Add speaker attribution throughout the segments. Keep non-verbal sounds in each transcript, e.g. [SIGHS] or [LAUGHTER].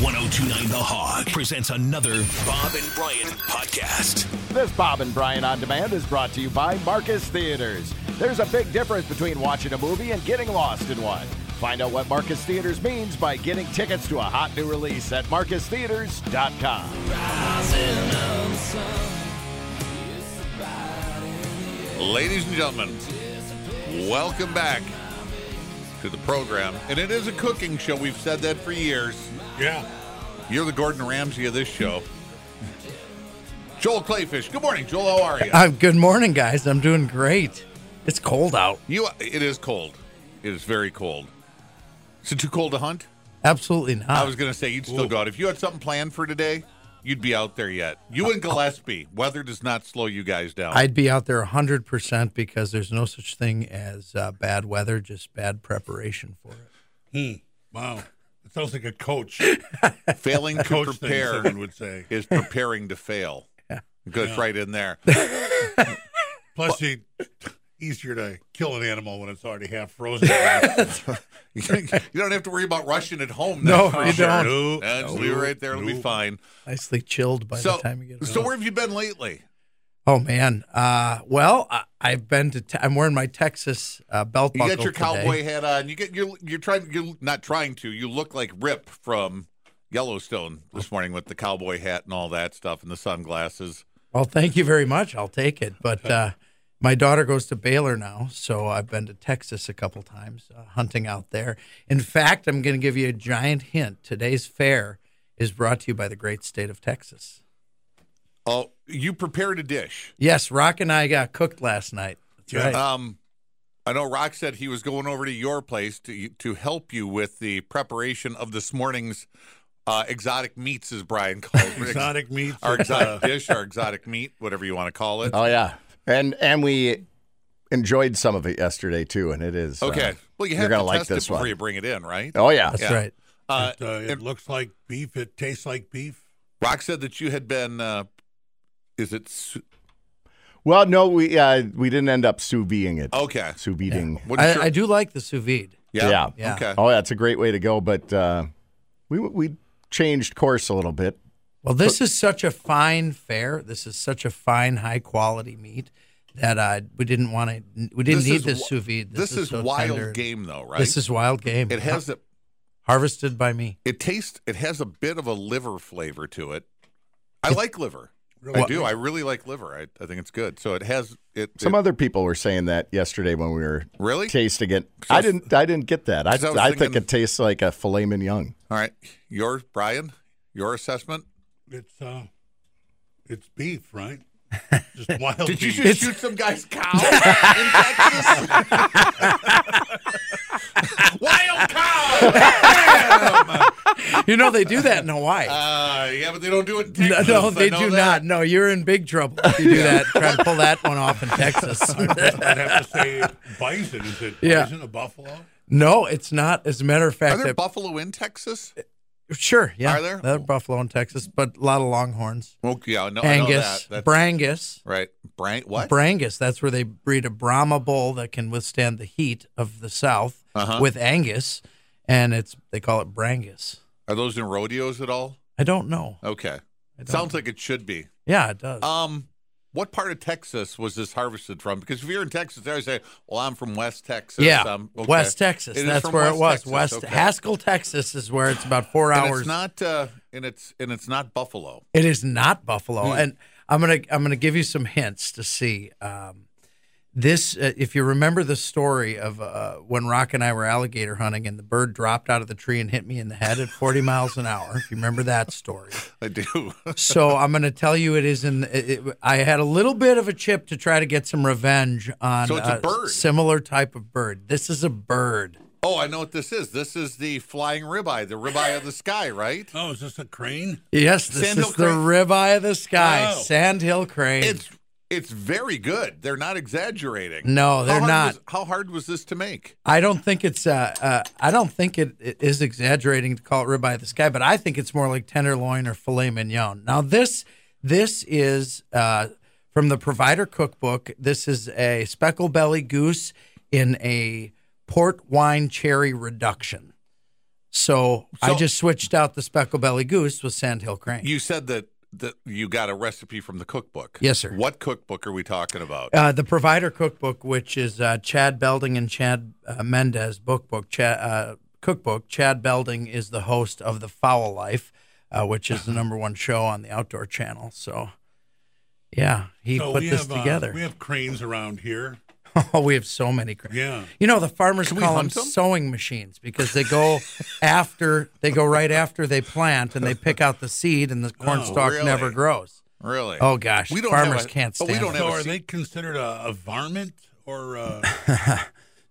Speaker 1: 1029 The Hog presents another Bob and Brian podcast.
Speaker 2: This Bob and Brian on Demand is brought to you by Marcus Theaters. There's a big difference between watching a movie and getting lost in one. Find out what Marcus Theaters means by getting tickets to a hot new release at marcustheaters.com.
Speaker 3: Ladies and gentlemen, welcome back to the program. And it is a cooking show. We've said that for years.
Speaker 4: Yeah.
Speaker 3: You're the Gordon Ramsay of this show. [LAUGHS] Joel Clayfish. Good morning, Joel. How are you?
Speaker 5: Uh, good morning, guys. I'm doing great. It's cold out.
Speaker 3: You. It is cold. It is very cold. Is it too cold to hunt?
Speaker 5: Absolutely not.
Speaker 3: I was going to say you'd still go out if you had something planned for today. You'd be out there yet. You and Gillespie. Weather does not slow you guys down.
Speaker 5: I'd be out there 100% because there's no such thing as uh, bad weather, just bad preparation for it.
Speaker 4: Wow. It sounds like
Speaker 3: [LAUGHS]
Speaker 4: a coach.
Speaker 3: Failing to
Speaker 4: Coach thing,
Speaker 3: prepare
Speaker 4: someone would say.
Speaker 3: is preparing to fail. Good, right in there.
Speaker 4: Plus, you easier to kill an animal when it's already
Speaker 3: [LAUGHS]
Speaker 4: half frozen. That's
Speaker 3: you don't have to worry about rushing at home.
Speaker 5: No,
Speaker 3: that's for
Speaker 5: you
Speaker 3: sure.
Speaker 5: don't.
Speaker 3: No, that's- we were right there. It'll be
Speaker 4: Nope.
Speaker 3: fine.
Speaker 5: Nicely chilled by
Speaker 3: so,
Speaker 5: the time you get
Speaker 3: so
Speaker 5: home.
Speaker 3: where have you been lately?
Speaker 5: Oh, man. Uh, well, I, I've been to, te- I'm wearing my Texas uh, belt
Speaker 3: You
Speaker 5: buckle.
Speaker 3: got your
Speaker 5: today.
Speaker 3: cowboy hat on. You get you're you're trying you're not trying to. You look like Rip from Yellowstone this morning with the cowboy hat and all that stuff and the sunglasses.
Speaker 5: Well, thank you very much. I'll take it. But uh, my daughter goes to Baylor now, so I've been to Texas a couple times uh, hunting out there. In fact, I'm going to give you a giant hint. Today's fair is brought to you by the great state of Texas.
Speaker 3: Oh, you prepared a dish.
Speaker 5: Yes, Rock and I got cooked last night. That's
Speaker 4: Yeah.
Speaker 5: right.
Speaker 3: Um, I know Rock said he was going over to your place to to help you with the preparation of this morning's uh, exotic meats, as Brian calls
Speaker 5: [LAUGHS]
Speaker 3: it.
Speaker 4: Exotic meats.
Speaker 3: our
Speaker 4: it's, uh,
Speaker 2: [LAUGHS]
Speaker 3: exotic dish, our exotic meat, whatever you want to call it.
Speaker 2: Oh, yeah. And, and we enjoyed some of it yesterday, too, and it is. uh,
Speaker 3: Okay. well, you
Speaker 2: you're
Speaker 3: have
Speaker 2: gonna
Speaker 3: to
Speaker 2: like
Speaker 3: test
Speaker 2: this
Speaker 3: it before
Speaker 2: one.
Speaker 3: you bring it in, right?
Speaker 2: oh, yeah.
Speaker 5: That's
Speaker 3: yeah.
Speaker 5: right.
Speaker 3: Uh,
Speaker 4: it, uh, it looks like beef. It tastes like beef.
Speaker 3: Rock said that you had been. Uh, is it su-
Speaker 2: Well, no, we uh, we didn't end up sous videing it.
Speaker 3: okay?
Speaker 2: Sous videing.
Speaker 3: What is
Speaker 5: I,
Speaker 3: your-
Speaker 5: I do like the sous vide.
Speaker 2: Yeah.
Speaker 5: Yeah.
Speaker 3: Okay.
Speaker 2: Oh, that's a great way to go, but uh, we, we changed course a little bit.
Speaker 5: Well, this is such a fine fair. This is such a fine, high quality meat that uh, we didn't want to. We didn't need
Speaker 3: is
Speaker 5: this
Speaker 3: wi-
Speaker 5: sous vide.
Speaker 3: This, is,
Speaker 5: so
Speaker 3: wild
Speaker 5: tender.
Speaker 3: game, though, right?
Speaker 5: This is wild game.
Speaker 2: uh,
Speaker 3: It has a.
Speaker 5: harvested by me.
Speaker 3: It tastes. It has a bit of a liver flavor to it. I like liver.
Speaker 4: Really?
Speaker 3: I do. I really like liver. I, I think it's good. So it has it.
Speaker 2: Some
Speaker 3: it
Speaker 2: other people were saying that yesterday when we were
Speaker 3: really?
Speaker 2: tasting it. I didn't. I didn't get that. I,
Speaker 3: Because I was
Speaker 2: I think
Speaker 3: thinking-
Speaker 2: it tastes like a filet mignon.
Speaker 3: All right. Your Brian. Your assessment.
Speaker 4: It's uh, it's beef,
Speaker 3: [LAUGHS]
Speaker 4: right? Just wild
Speaker 3: Did you
Speaker 4: beef.
Speaker 3: just shoot some guy's
Speaker 5: [LAUGHS]
Speaker 3: cow in Texas? [LAUGHS] Wild
Speaker 5: [LAUGHS]
Speaker 3: cow!
Speaker 5: You know they do that in Hawaii.
Speaker 3: Uh, yeah, but they don't do it in
Speaker 5: no,
Speaker 3: Texas.
Speaker 5: no,
Speaker 3: I
Speaker 5: they
Speaker 3: know
Speaker 5: do
Speaker 3: that.
Speaker 5: not. No, you're in big trouble if you
Speaker 3: [LAUGHS]
Speaker 5: do that. Try to pull that one off in Texas.
Speaker 4: I'd have to say bison. Is it
Speaker 5: Yeah.
Speaker 4: bison, a buffalo?
Speaker 5: [LAUGHS] no, it's not. As a matter of
Speaker 3: Are
Speaker 5: fact,
Speaker 3: there
Speaker 5: that-
Speaker 3: buffalo in Texas?
Speaker 5: sure, yeah,
Speaker 3: are there?
Speaker 5: They're buffalo in Texas, but a lot of Longhorns,
Speaker 3: Well, Oh, yeah, no, I know that.
Speaker 5: Angus,
Speaker 3: That's
Speaker 5: Brangus,
Speaker 3: right. Brian, what?
Speaker 5: Brangus. That's where they breed a Brahma bull that can withstand the heat of the South
Speaker 3: Uh-huh.
Speaker 5: with Angus, and it's they call it Brangus.
Speaker 3: Are those in rodeos at all?
Speaker 5: I don't know.
Speaker 3: Okay.
Speaker 5: I don't
Speaker 3: Sounds
Speaker 5: know.
Speaker 3: like it should be.
Speaker 5: yeah, it does.
Speaker 3: Um, what part of Texas was this harvested from? Because if you're in Texas, they always say, "Well, I'm from West Texas."
Speaker 5: Yeah,
Speaker 3: Um, okay.
Speaker 5: West Texas.
Speaker 3: It is
Speaker 5: That's
Speaker 3: from
Speaker 5: where it was.
Speaker 3: Texas,
Speaker 5: West
Speaker 3: okay.
Speaker 5: Haskell, Texas is where it's about four
Speaker 3: And
Speaker 5: hours.
Speaker 3: it's not, uh, and it's and it's not Buffalo.
Speaker 5: It is not Buffalo,
Speaker 3: Hmm.
Speaker 5: and I'm gonna I'm gonna give you some hints to see. Um, this, uh, if you remember the story of uh, when Rock and I were alligator hunting, and the bird dropped out of the tree and hit me in the head at 40 miles an hour. If you remember that story,
Speaker 3: I do. [LAUGHS]
Speaker 5: so I'm gonna tell you it is in. It, it- I had a little bit of a chip to try to get some revenge on
Speaker 3: So it's a bird.
Speaker 5: similar type of bird. This is a bird.
Speaker 3: Oh, I know what this is. This is the flying ribeye, the ribeye of the sky, right?
Speaker 4: Oh, is this a crane?
Speaker 5: Yes, this
Speaker 3: Sandhill
Speaker 5: is the
Speaker 3: crane. Oh.
Speaker 5: ribeye of the sky,
Speaker 4: Wow.
Speaker 5: sandhill crane.
Speaker 3: It's it's very good. They're not exaggerating.
Speaker 5: no,
Speaker 3: how
Speaker 5: they're
Speaker 3: hard
Speaker 5: not.
Speaker 3: Was, how hard was this to make?
Speaker 5: I don't think it's. Uh, uh, I don't think it, it is exaggerating to call it ribeye of the sky, but I think it's more like tenderloin or filet mignon. Now this this is uh, from the provider cookbook. This is a speckle belly goose in a port wine cherry reduction. So, I
Speaker 3: So-
Speaker 5: just switched out the speckle belly goose with sandhill crane.
Speaker 3: You said that that you got a recipe from the cookbook.
Speaker 5: Yes, sir.
Speaker 3: What cookbook are we talking about?
Speaker 5: Uh, the provider cookbook, which is uh, Chad Belding and Chad uh, Mendez book book Chad, uh, cookbook. Chad Belding is the host of the Fowl Life, uh, which is the number one show on the Outdoor Channel. So, yeah, he
Speaker 4: So
Speaker 5: put
Speaker 4: we
Speaker 5: this
Speaker 4: have, uh,
Speaker 5: together. [LAUGHS]
Speaker 4: we have cranes around here.
Speaker 5: oh, we have so many. Cra-
Speaker 4: Yeah.
Speaker 5: you know the farmers
Speaker 3: Can we
Speaker 5: call them
Speaker 3: hunt them?
Speaker 5: sewing machines because
Speaker 3: [LAUGHS]
Speaker 5: they go after they go right after they plant and they pick out the seed and the corn stalk
Speaker 3: Oh, really?
Speaker 5: never grows.
Speaker 3: really?
Speaker 5: Oh gosh,
Speaker 3: We don't have
Speaker 5: farmers
Speaker 3: a-
Speaker 5: can't
Speaker 3: but
Speaker 5: stand.
Speaker 3: we don't
Speaker 5: it.
Speaker 3: have
Speaker 4: So
Speaker 3: a
Speaker 4: are
Speaker 3: se-
Speaker 4: they considered a, a varmint
Speaker 5: [LAUGHS]
Speaker 4: or uh,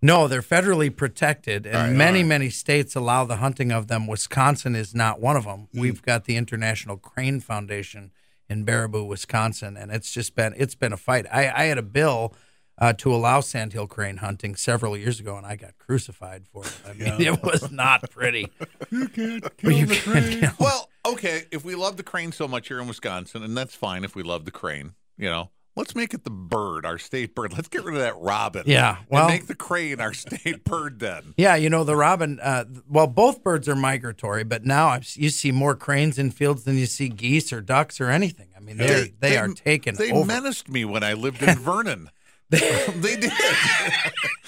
Speaker 5: No, they're federally protected, and
Speaker 3: right,
Speaker 5: many,
Speaker 3: all right.
Speaker 5: many states allow the hunting of them. Wisconsin is not one of
Speaker 3: Mm.
Speaker 5: them. We've got the International Crane Foundation in Baraboo, Wisconsin, and it's just been it's been a fight. I, I had a bill uh, to allow sandhill crane hunting several years ago, and I got crucified for it. I mean, it was not pretty.
Speaker 4: you can't kill
Speaker 5: But you
Speaker 4: the
Speaker 5: can't
Speaker 4: crane?
Speaker 5: kill-
Speaker 3: Well, okay. If we love the crane so much here in Wisconsin, and that's fine if we love the crane, you know, let's make it the bird, our state bird. Let's get rid of that robin.
Speaker 5: Yeah, well-
Speaker 3: and make the crane our [LAUGHS] state bird. Then
Speaker 5: Yeah, you know the robin. Uh, th- well, both birds are migratory, but now I've, s- you see more cranes in fields than you see geese or ducks or anything. I mean, they're, they, are taken
Speaker 3: They
Speaker 5: over. [LAUGHS]
Speaker 3: menaced me when I lived in Vernon. [LAUGHS] they did.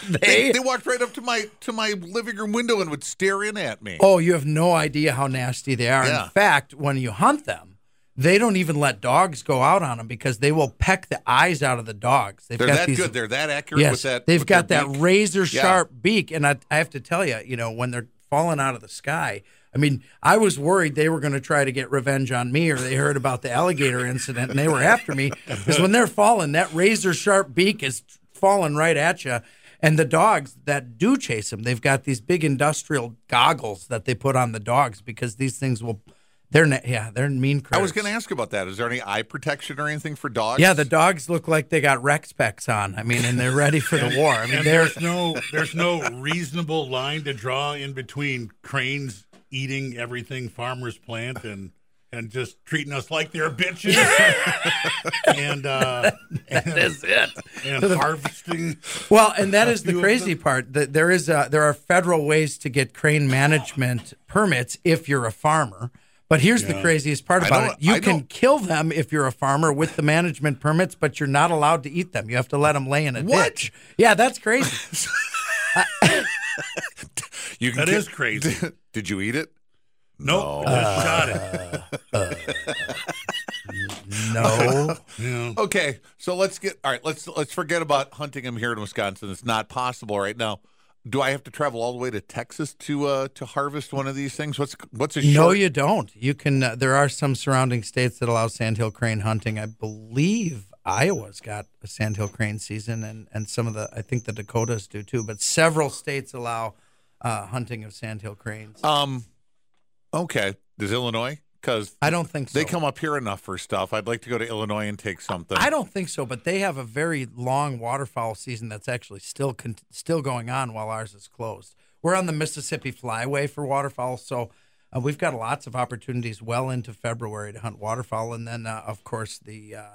Speaker 3: They, they walked right up to my to my living room window and would stare in at me.
Speaker 5: Oh, you have no idea how nasty they are.
Speaker 3: Yeah.
Speaker 5: In fact, when you hunt them, they don't even let dogs go out on them because they will peck the eyes out of the dogs. They've
Speaker 3: They're
Speaker 5: got
Speaker 3: that
Speaker 5: these,
Speaker 3: good. They're that accurate
Speaker 5: yes,
Speaker 3: with that.
Speaker 5: they've
Speaker 3: with
Speaker 5: got
Speaker 3: their
Speaker 5: that
Speaker 3: beak.
Speaker 5: razor sharp beak, and I, I have to tell you, you know, when they're falling out of the sky. I mean, I was worried they were going to try to get revenge on me, or they heard about the alligator incident and they were after me. Because when they're falling, that razor sharp beak is falling right at you. And the dogs that do chase them, they've got these big industrial goggles that they put on the dogs because these things will. They're na- yeah, they're mean.
Speaker 3: I
Speaker 5: Critters.
Speaker 3: was going to ask about that. Is there any eye protection or anything for dogs?
Speaker 5: Yeah, the dogs look like they got Rex specs on. I mean, and they're
Speaker 3: [LAUGHS]
Speaker 5: ready for the war. I mean,
Speaker 4: And
Speaker 5: they're
Speaker 4: there's no there's no reasonable line to draw in between cranes eating everything farmers plant and and just treating us like
Speaker 5: [LAUGHS]
Speaker 4: they're bitches. and uh and,
Speaker 5: it. [LAUGHS]
Speaker 4: and harvesting
Speaker 5: Well, and that is the
Speaker 4: few of
Speaker 5: crazy part. That there is uh there are federal ways to
Speaker 3: [SIGHS]
Speaker 5: get crane management permits if you're a farmer. But here's the craziest part
Speaker 3: I
Speaker 5: about it:
Speaker 3: don't-
Speaker 5: you
Speaker 3: I
Speaker 5: can
Speaker 3: don't-
Speaker 5: kill them if you're a farmer with the management permits, but you're not allowed to eat them. You have to let them lay in a
Speaker 3: What?
Speaker 5: ditch. Yeah,
Speaker 3: [LAUGHS]
Speaker 5: that's crazy.
Speaker 3: you can
Speaker 4: That
Speaker 3: get-
Speaker 4: is crazy.
Speaker 3: [LAUGHS] Did you eat it?
Speaker 4: Nope, I just shot
Speaker 5: [LAUGHS]
Speaker 4: it.
Speaker 5: [LAUGHS] No,
Speaker 4: Yeah.
Speaker 3: Okay, so let's get all right. Let's let's forget about hunting him here in Wisconsin. It's not possible right now. Do I have to travel all the way to Texas to uh to harvest one of these things? What's [LAUGHS] what's a
Speaker 5: no,
Speaker 3: short?
Speaker 5: you don't. You can. Uh, there are some surrounding states that allow sandhill crane hunting. I believe Iowa's got a sandhill crane season, and and some of the I think the Dakotas do too. But several states allow uh, hunting of sandhill cranes.
Speaker 3: um, okay. Does Illinois? Because
Speaker 5: I don't think so.
Speaker 3: they come up here enough for stuff. I'd like to go to Illinois and take something.
Speaker 5: I don't think so, but they have a very long waterfowl season that's actually still con- still going on while ours is closed. We're on the Mississippi Flyway for waterfowl, so uh, we've got lots of opportunities well into February to hunt waterfowl, and then uh, of course the uh,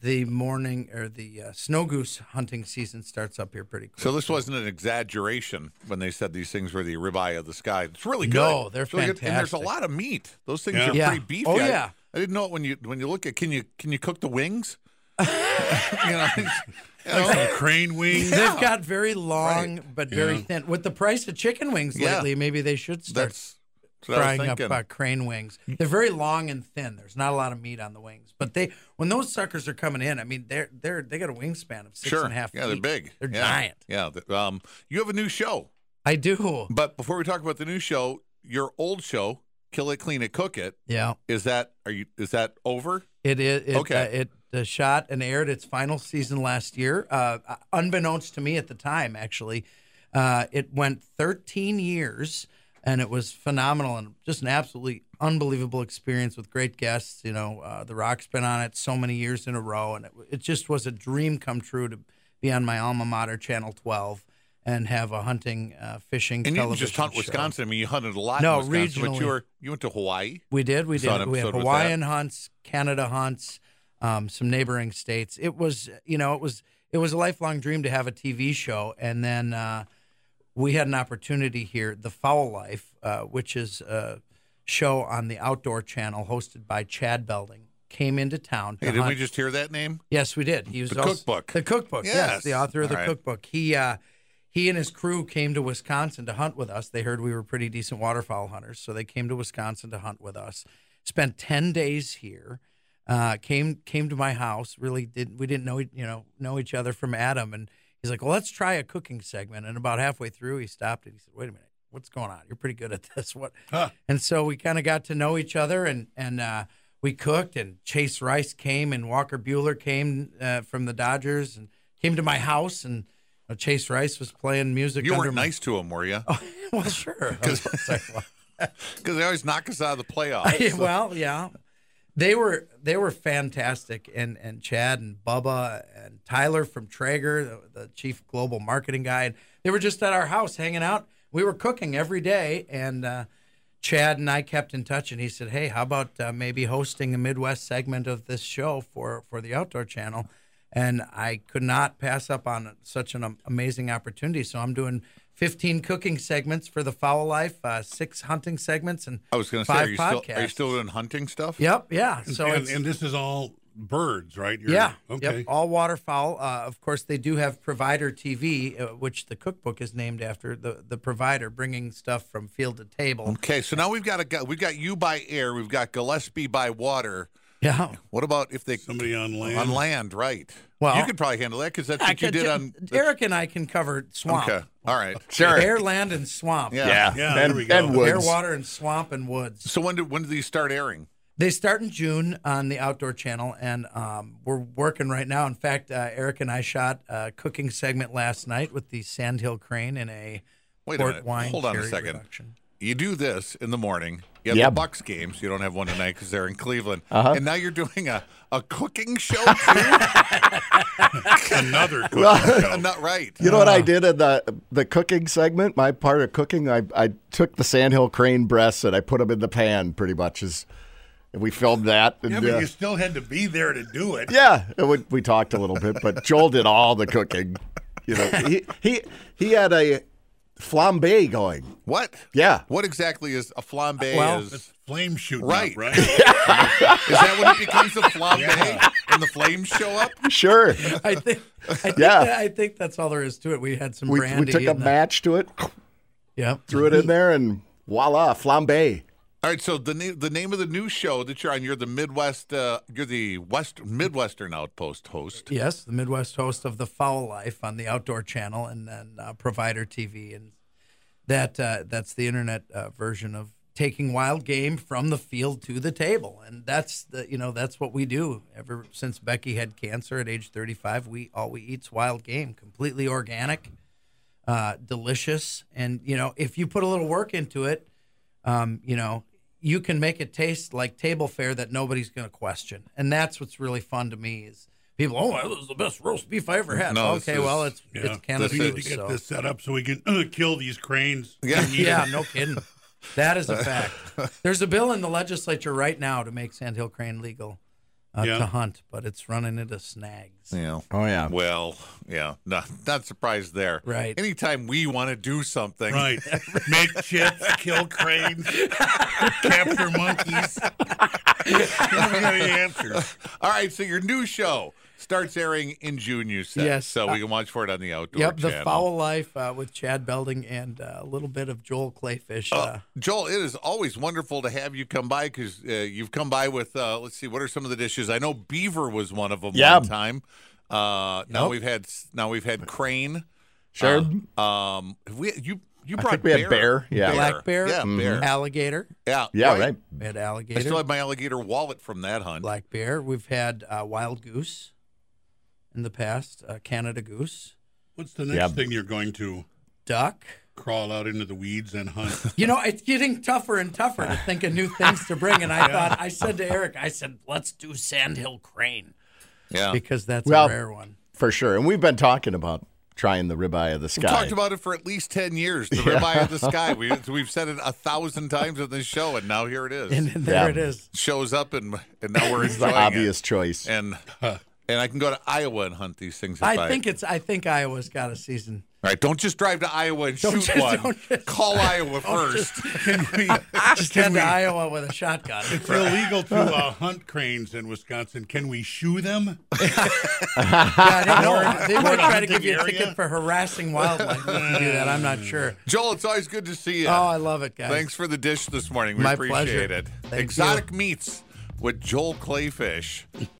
Speaker 5: the morning or the uh, snow goose hunting season starts up here pretty quick.
Speaker 3: So this wasn't an exaggeration when they said these things were the ribeye of the sky. It's really good.
Speaker 5: No, they're
Speaker 3: It's really good. And there's a
Speaker 5: fantastic.
Speaker 3: lot of meat. Those things
Speaker 4: Yeah.
Speaker 3: are
Speaker 5: Yeah.
Speaker 3: pretty beefy.
Speaker 5: Oh,
Speaker 3: I-
Speaker 5: yeah.
Speaker 3: I, didn't know it when you when you look at can you can you cook the
Speaker 5: [LAUGHS]
Speaker 3: wings? you know, you know?
Speaker 4: Like some crane wings.
Speaker 5: They've got very long but very thin. With the price of chicken wings
Speaker 3: Yeah.
Speaker 5: lately, maybe they should start
Speaker 3: that's, that's what I was
Speaker 5: frying up
Speaker 3: thinking.
Speaker 5: uh, crane wings. They're very long and thin. There's not a lot of meat on the wings, but they when those suckers are coming in, I mean they're they're they got a wingspan of six
Speaker 3: sure.
Speaker 5: and a half.
Speaker 3: yeah, they're
Speaker 5: feet.
Speaker 3: big.
Speaker 5: They're
Speaker 3: yeah.
Speaker 5: giant.
Speaker 3: Yeah. th- um, you have a new show,
Speaker 5: I do.
Speaker 3: but before we talk about the new show, your old show, Kill It, Clean It, Cook It,
Speaker 5: Yeah,
Speaker 3: is that are you is that over?
Speaker 5: it is. It,
Speaker 3: Okay.
Speaker 5: uh, it uh, shot and aired its final season last year, uh, unbeknownst to me at the time. Actually, uh, it went 13 years. And it was phenomenal and just an absolutely unbelievable experience with great guests. You know, uh, The Rock's been on it so many years in a row, and it, it just was a dream come true to be on my alma mater, Channel 12, and have a hunting, uh, fishing,
Speaker 3: And you didn't
Speaker 5: television
Speaker 3: just hunt
Speaker 5: show.
Speaker 3: Wisconsin. I mean, you hunted a lot.
Speaker 5: No,
Speaker 3: in Wisconsin, But
Speaker 5: regionally.
Speaker 3: you were you went to Hawaii.
Speaker 5: We did. We
Speaker 3: Saw an
Speaker 5: did. We had
Speaker 3: episode with
Speaker 5: Hawaiian hunts, Canada hunts, um, some neighboring states. It was, you know, it was it was a lifelong dream to have a TV show, and then uh, we had an opportunity here, The Fowl Life, uh, which is a show on the Outdoor Channel hosted by Chad Belding, came into town. to
Speaker 3: Hey, didn't we
Speaker 5: hunt-
Speaker 3: just hear that name?
Speaker 5: Yes, we did. He was
Speaker 3: The
Speaker 5: also-
Speaker 3: cookbook.
Speaker 5: The cookbook. Yes,
Speaker 3: Yes.
Speaker 5: the author of the
Speaker 3: All right.
Speaker 5: cookbook. He uh, he and his crew came to Wisconsin to hunt with us. They heard we were pretty decent waterfowl hunters, so they came to Wisconsin to hunt with us. Spent ten days here. Uh, came came to my house. Really didn't we didn't know e- you know know each other from Adam. And he's like, well, let's try a cooking segment. And about halfway through, he stopped and he said, wait a minute, what's going on? You're pretty good at this. What? And so we kind of got to know each other and and uh, we cooked and Chase Rice came and Walker Bueller came uh, from the Dodgers and came to my house and uh, Chase Rice was playing music.
Speaker 3: You
Speaker 5: under
Speaker 3: weren't
Speaker 5: my-
Speaker 3: nice to him, were you?
Speaker 5: Oh.
Speaker 3: [LAUGHS]
Speaker 5: [LAUGHS] well, sure. I was like, well,
Speaker 3: Because they always knock us out of the playoffs.
Speaker 5: [LAUGHS] yeah, [LAUGHS] well, yeah. They were they were fantastic, and and Chad and Bubba and Tyler from Traeger, the, the chief global marketing guy, and they were just at our house hanging out. We were cooking every day, and uh, Chad and I kept in touch. And he said, "Hey, how about uh, maybe hosting a Midwest segment of this show for for the Outdoor Channel?" And I could not pass up on such an am- amazing opportunity. So I'm doing 15 cooking segments for the Fowl Life, uh, six hunting segments, and
Speaker 3: I was going to say,
Speaker 5: five
Speaker 3: are you, still, are you
Speaker 5: podcasts.
Speaker 3: still doing hunting stuff?
Speaker 5: Yep. Yeah. [LAUGHS] So
Speaker 4: and,
Speaker 5: it's,
Speaker 4: and this is all birds, right? You're-
Speaker 5: yeah.
Speaker 4: Okay.
Speaker 5: Yep. All waterfowl. Uh, of course, they do have provider TV, uh, which the cookbook is named after the the provider, bringing stuff from field to table.
Speaker 3: Okay, so now we've got a gu- we've got you by air, we've got Gillespie by water.
Speaker 5: [LAUGHS] Yeah.
Speaker 3: What about if they
Speaker 4: Somebody on land.
Speaker 3: on land, right?
Speaker 5: Well-
Speaker 3: you could probably handle that because that's
Speaker 5: I
Speaker 3: what you
Speaker 5: could
Speaker 3: did
Speaker 5: ju-
Speaker 3: on.
Speaker 5: Eric and I can cover swamp.
Speaker 3: Okay, all right.
Speaker 6: Sure.
Speaker 5: Air, land, and swamp.
Speaker 3: Yeah.
Speaker 6: yeah.
Speaker 4: Yeah,
Speaker 6: and,
Speaker 4: there we go.
Speaker 6: and
Speaker 5: Air,
Speaker 6: Woods.
Speaker 5: water, and swamp and woods.
Speaker 3: So when did when did these start airing?
Speaker 5: They start in June on the Outdoor Channel, and um, we're working right now. In fact, uh, Eric and I shot a cooking segment last night with the Sandhill Crane in a
Speaker 3: Wait
Speaker 5: port
Speaker 3: a minute.
Speaker 5: wine.
Speaker 3: Hold on a
Speaker 5: cherry
Speaker 3: second.
Speaker 5: reduction.
Speaker 3: You do this in the morning. You have
Speaker 6: Yeah.
Speaker 3: the Bucks games. You don't have one tonight because they're in Cleveland. Uh-huh. And now you're doing a, a cooking show too.
Speaker 4: Another
Speaker 5: [LAUGHS]
Speaker 4: cooking
Speaker 3: I'm
Speaker 4: show.
Speaker 3: not right.
Speaker 6: [LAUGHS] You know what I did in the the cooking segment? My part of cooking, I, I took the sandhill crane breasts and I put them in the pan, pretty much. As, and we filmed that. And,
Speaker 4: Yeah,
Speaker 6: uh,
Speaker 4: but you still had to be there to do it.
Speaker 6: Yeah, and we, we talked a little bit, but Joel did all the cooking. You know, he he he had a flambe going.
Speaker 3: What?
Speaker 6: Yeah.
Speaker 3: What exactly is a flambe?
Speaker 5: Well-
Speaker 3: is
Speaker 4: It's flame shooting,
Speaker 3: Right.
Speaker 4: right? right?
Speaker 3: is that when it becomes a flambe and the flames show up?
Speaker 4: [LAUGHS]
Speaker 6: Sure,
Speaker 5: I think, I think
Speaker 6: Yeah.
Speaker 5: that- I think that's all there is to it. We had some
Speaker 6: we,
Speaker 5: brandy.
Speaker 6: we took a
Speaker 5: and the-
Speaker 6: match to it,
Speaker 5: Yep.
Speaker 6: threw it in there, and voila, flambe.
Speaker 3: All right. So the name the name of the new show that you're on, you're the Midwest. Uh, you're the West Midwestern Outpost host.
Speaker 5: Yes, the Midwest host of the Fowl Life on the Outdoor Channel, and then uh, Provider TV, and that uh, that's the internet uh, version of taking wild game from the field to the table, and that's the you know that's what we do. Ever since Becky had cancer at age 35, we all we eat's wild game, completely organic, uh, delicious, and you know if you put a little work into it, um, you know, you can make it taste like table fare that nobody's going to question, and that's what's really fun to me is people. Oh, that was the best roast beef I ever had.
Speaker 3: No, this
Speaker 5: okay,
Speaker 3: is-
Speaker 5: well, it's
Speaker 4: Yeah.
Speaker 5: it's Canada,
Speaker 4: we need to
Speaker 5: Goose,
Speaker 4: get
Speaker 5: so.
Speaker 4: this set up so we can uh, kill these
Speaker 5: [LAUGHS]
Speaker 4: cranes.
Speaker 3: Yeah.
Speaker 5: yeah,
Speaker 3: [LAUGHS]
Speaker 5: no kidding. That is a fact. There's a bill in the legislature right now to make sandhill crane legal uh,
Speaker 4: Yeah.
Speaker 5: to hunt, but it's running into snags.
Speaker 3: Yeah.
Speaker 6: Oh yeah,
Speaker 3: Well, yeah, not not surprised there.
Speaker 5: Right.
Speaker 3: Anytime we want to do something,
Speaker 4: Right. Make chips, kill cranes, capture monkeys. Those are the answers.
Speaker 3: All right. So your new show starts airing in June. You said
Speaker 5: Yes. uh,
Speaker 3: So we can watch for it on the outdoor.
Speaker 5: Yep, the
Speaker 3: channel.
Speaker 5: foul life uh, with Chad Belding and uh, a little bit of Joel Clayfish.
Speaker 3: Oh,
Speaker 5: Uh,
Speaker 3: Joel, it is always wonderful to have you come by because uh, you've come by with. Uh, let's see, what are some of the dishes? I know beaver was one of them
Speaker 6: Yeah.
Speaker 3: one time. Uh, now
Speaker 5: Yep.
Speaker 3: we've had now we've had crane.
Speaker 6: sure.
Speaker 3: Uh, um, have we you you brought
Speaker 6: think we had bear, yeah. Mm-hmm.
Speaker 5: black bear,
Speaker 3: Yeah, bear.
Speaker 5: alligator.
Speaker 3: Yeah,
Speaker 6: yeah, right.
Speaker 5: We had
Speaker 3: I
Speaker 5: alligator,
Speaker 3: still have my alligator wallet from that hunt.
Speaker 5: black bear. We've had uh, wild goose in the past, uh, Canada goose,
Speaker 4: What's the next
Speaker 6: Yeah.
Speaker 4: thing you're going to
Speaker 5: duck.
Speaker 4: crawl out into the weeds and hunt?
Speaker 5: You know, it's getting tougher and tougher to think of new things to bring. And [LAUGHS] I thought, I said to Eric, I said, let's do sandhill crane
Speaker 3: Yeah,
Speaker 5: because that's
Speaker 6: Well,
Speaker 5: a rare one.
Speaker 6: for sure. And we've been talking about trying the ribeye of the sky.
Speaker 3: We've talked about it for at least ten years.
Speaker 5: [LAUGHS]
Speaker 3: The ribeye of the sky. We, we've said it a thousand times on this show, and now here it is.
Speaker 5: [LAUGHS] And there
Speaker 6: Yeah.
Speaker 5: it is.
Speaker 3: Shows up, and and now
Speaker 5: [LAUGHS]
Speaker 3: we're
Speaker 6: it's the
Speaker 3: enjoying
Speaker 6: obvious choice.
Speaker 3: it. And and I can go to Iowa and hunt these things. If
Speaker 5: I think it's. I think Iowa's got a season.
Speaker 3: All right, don't just drive to Iowa and shoot
Speaker 5: just-
Speaker 3: one.
Speaker 5: don't just- [LAUGHS]
Speaker 3: Call Iowa first.
Speaker 4: Can we,
Speaker 5: Just
Speaker 4: can
Speaker 5: head
Speaker 4: we,
Speaker 5: to Iowa with a [LAUGHS] shotgun.
Speaker 4: it's illegal to uh, hunt cranes in Wisconsin. Can we shoo them?
Speaker 5: Yeah, they, will- they might
Speaker 4: Florida
Speaker 5: try to give
Speaker 4: hunting
Speaker 5: you a
Speaker 4: area?
Speaker 5: ticket for harassing wildlife if you do that. I'm not sure.
Speaker 3: Joel, it's always good to see you.
Speaker 5: Oh, I love it, guys.
Speaker 3: Thanks for the dish this morning. We
Speaker 5: My
Speaker 3: appreciate
Speaker 5: pleasure.
Speaker 3: it.
Speaker 5: Thank
Speaker 3: Exotic meats with Joel Clayfish.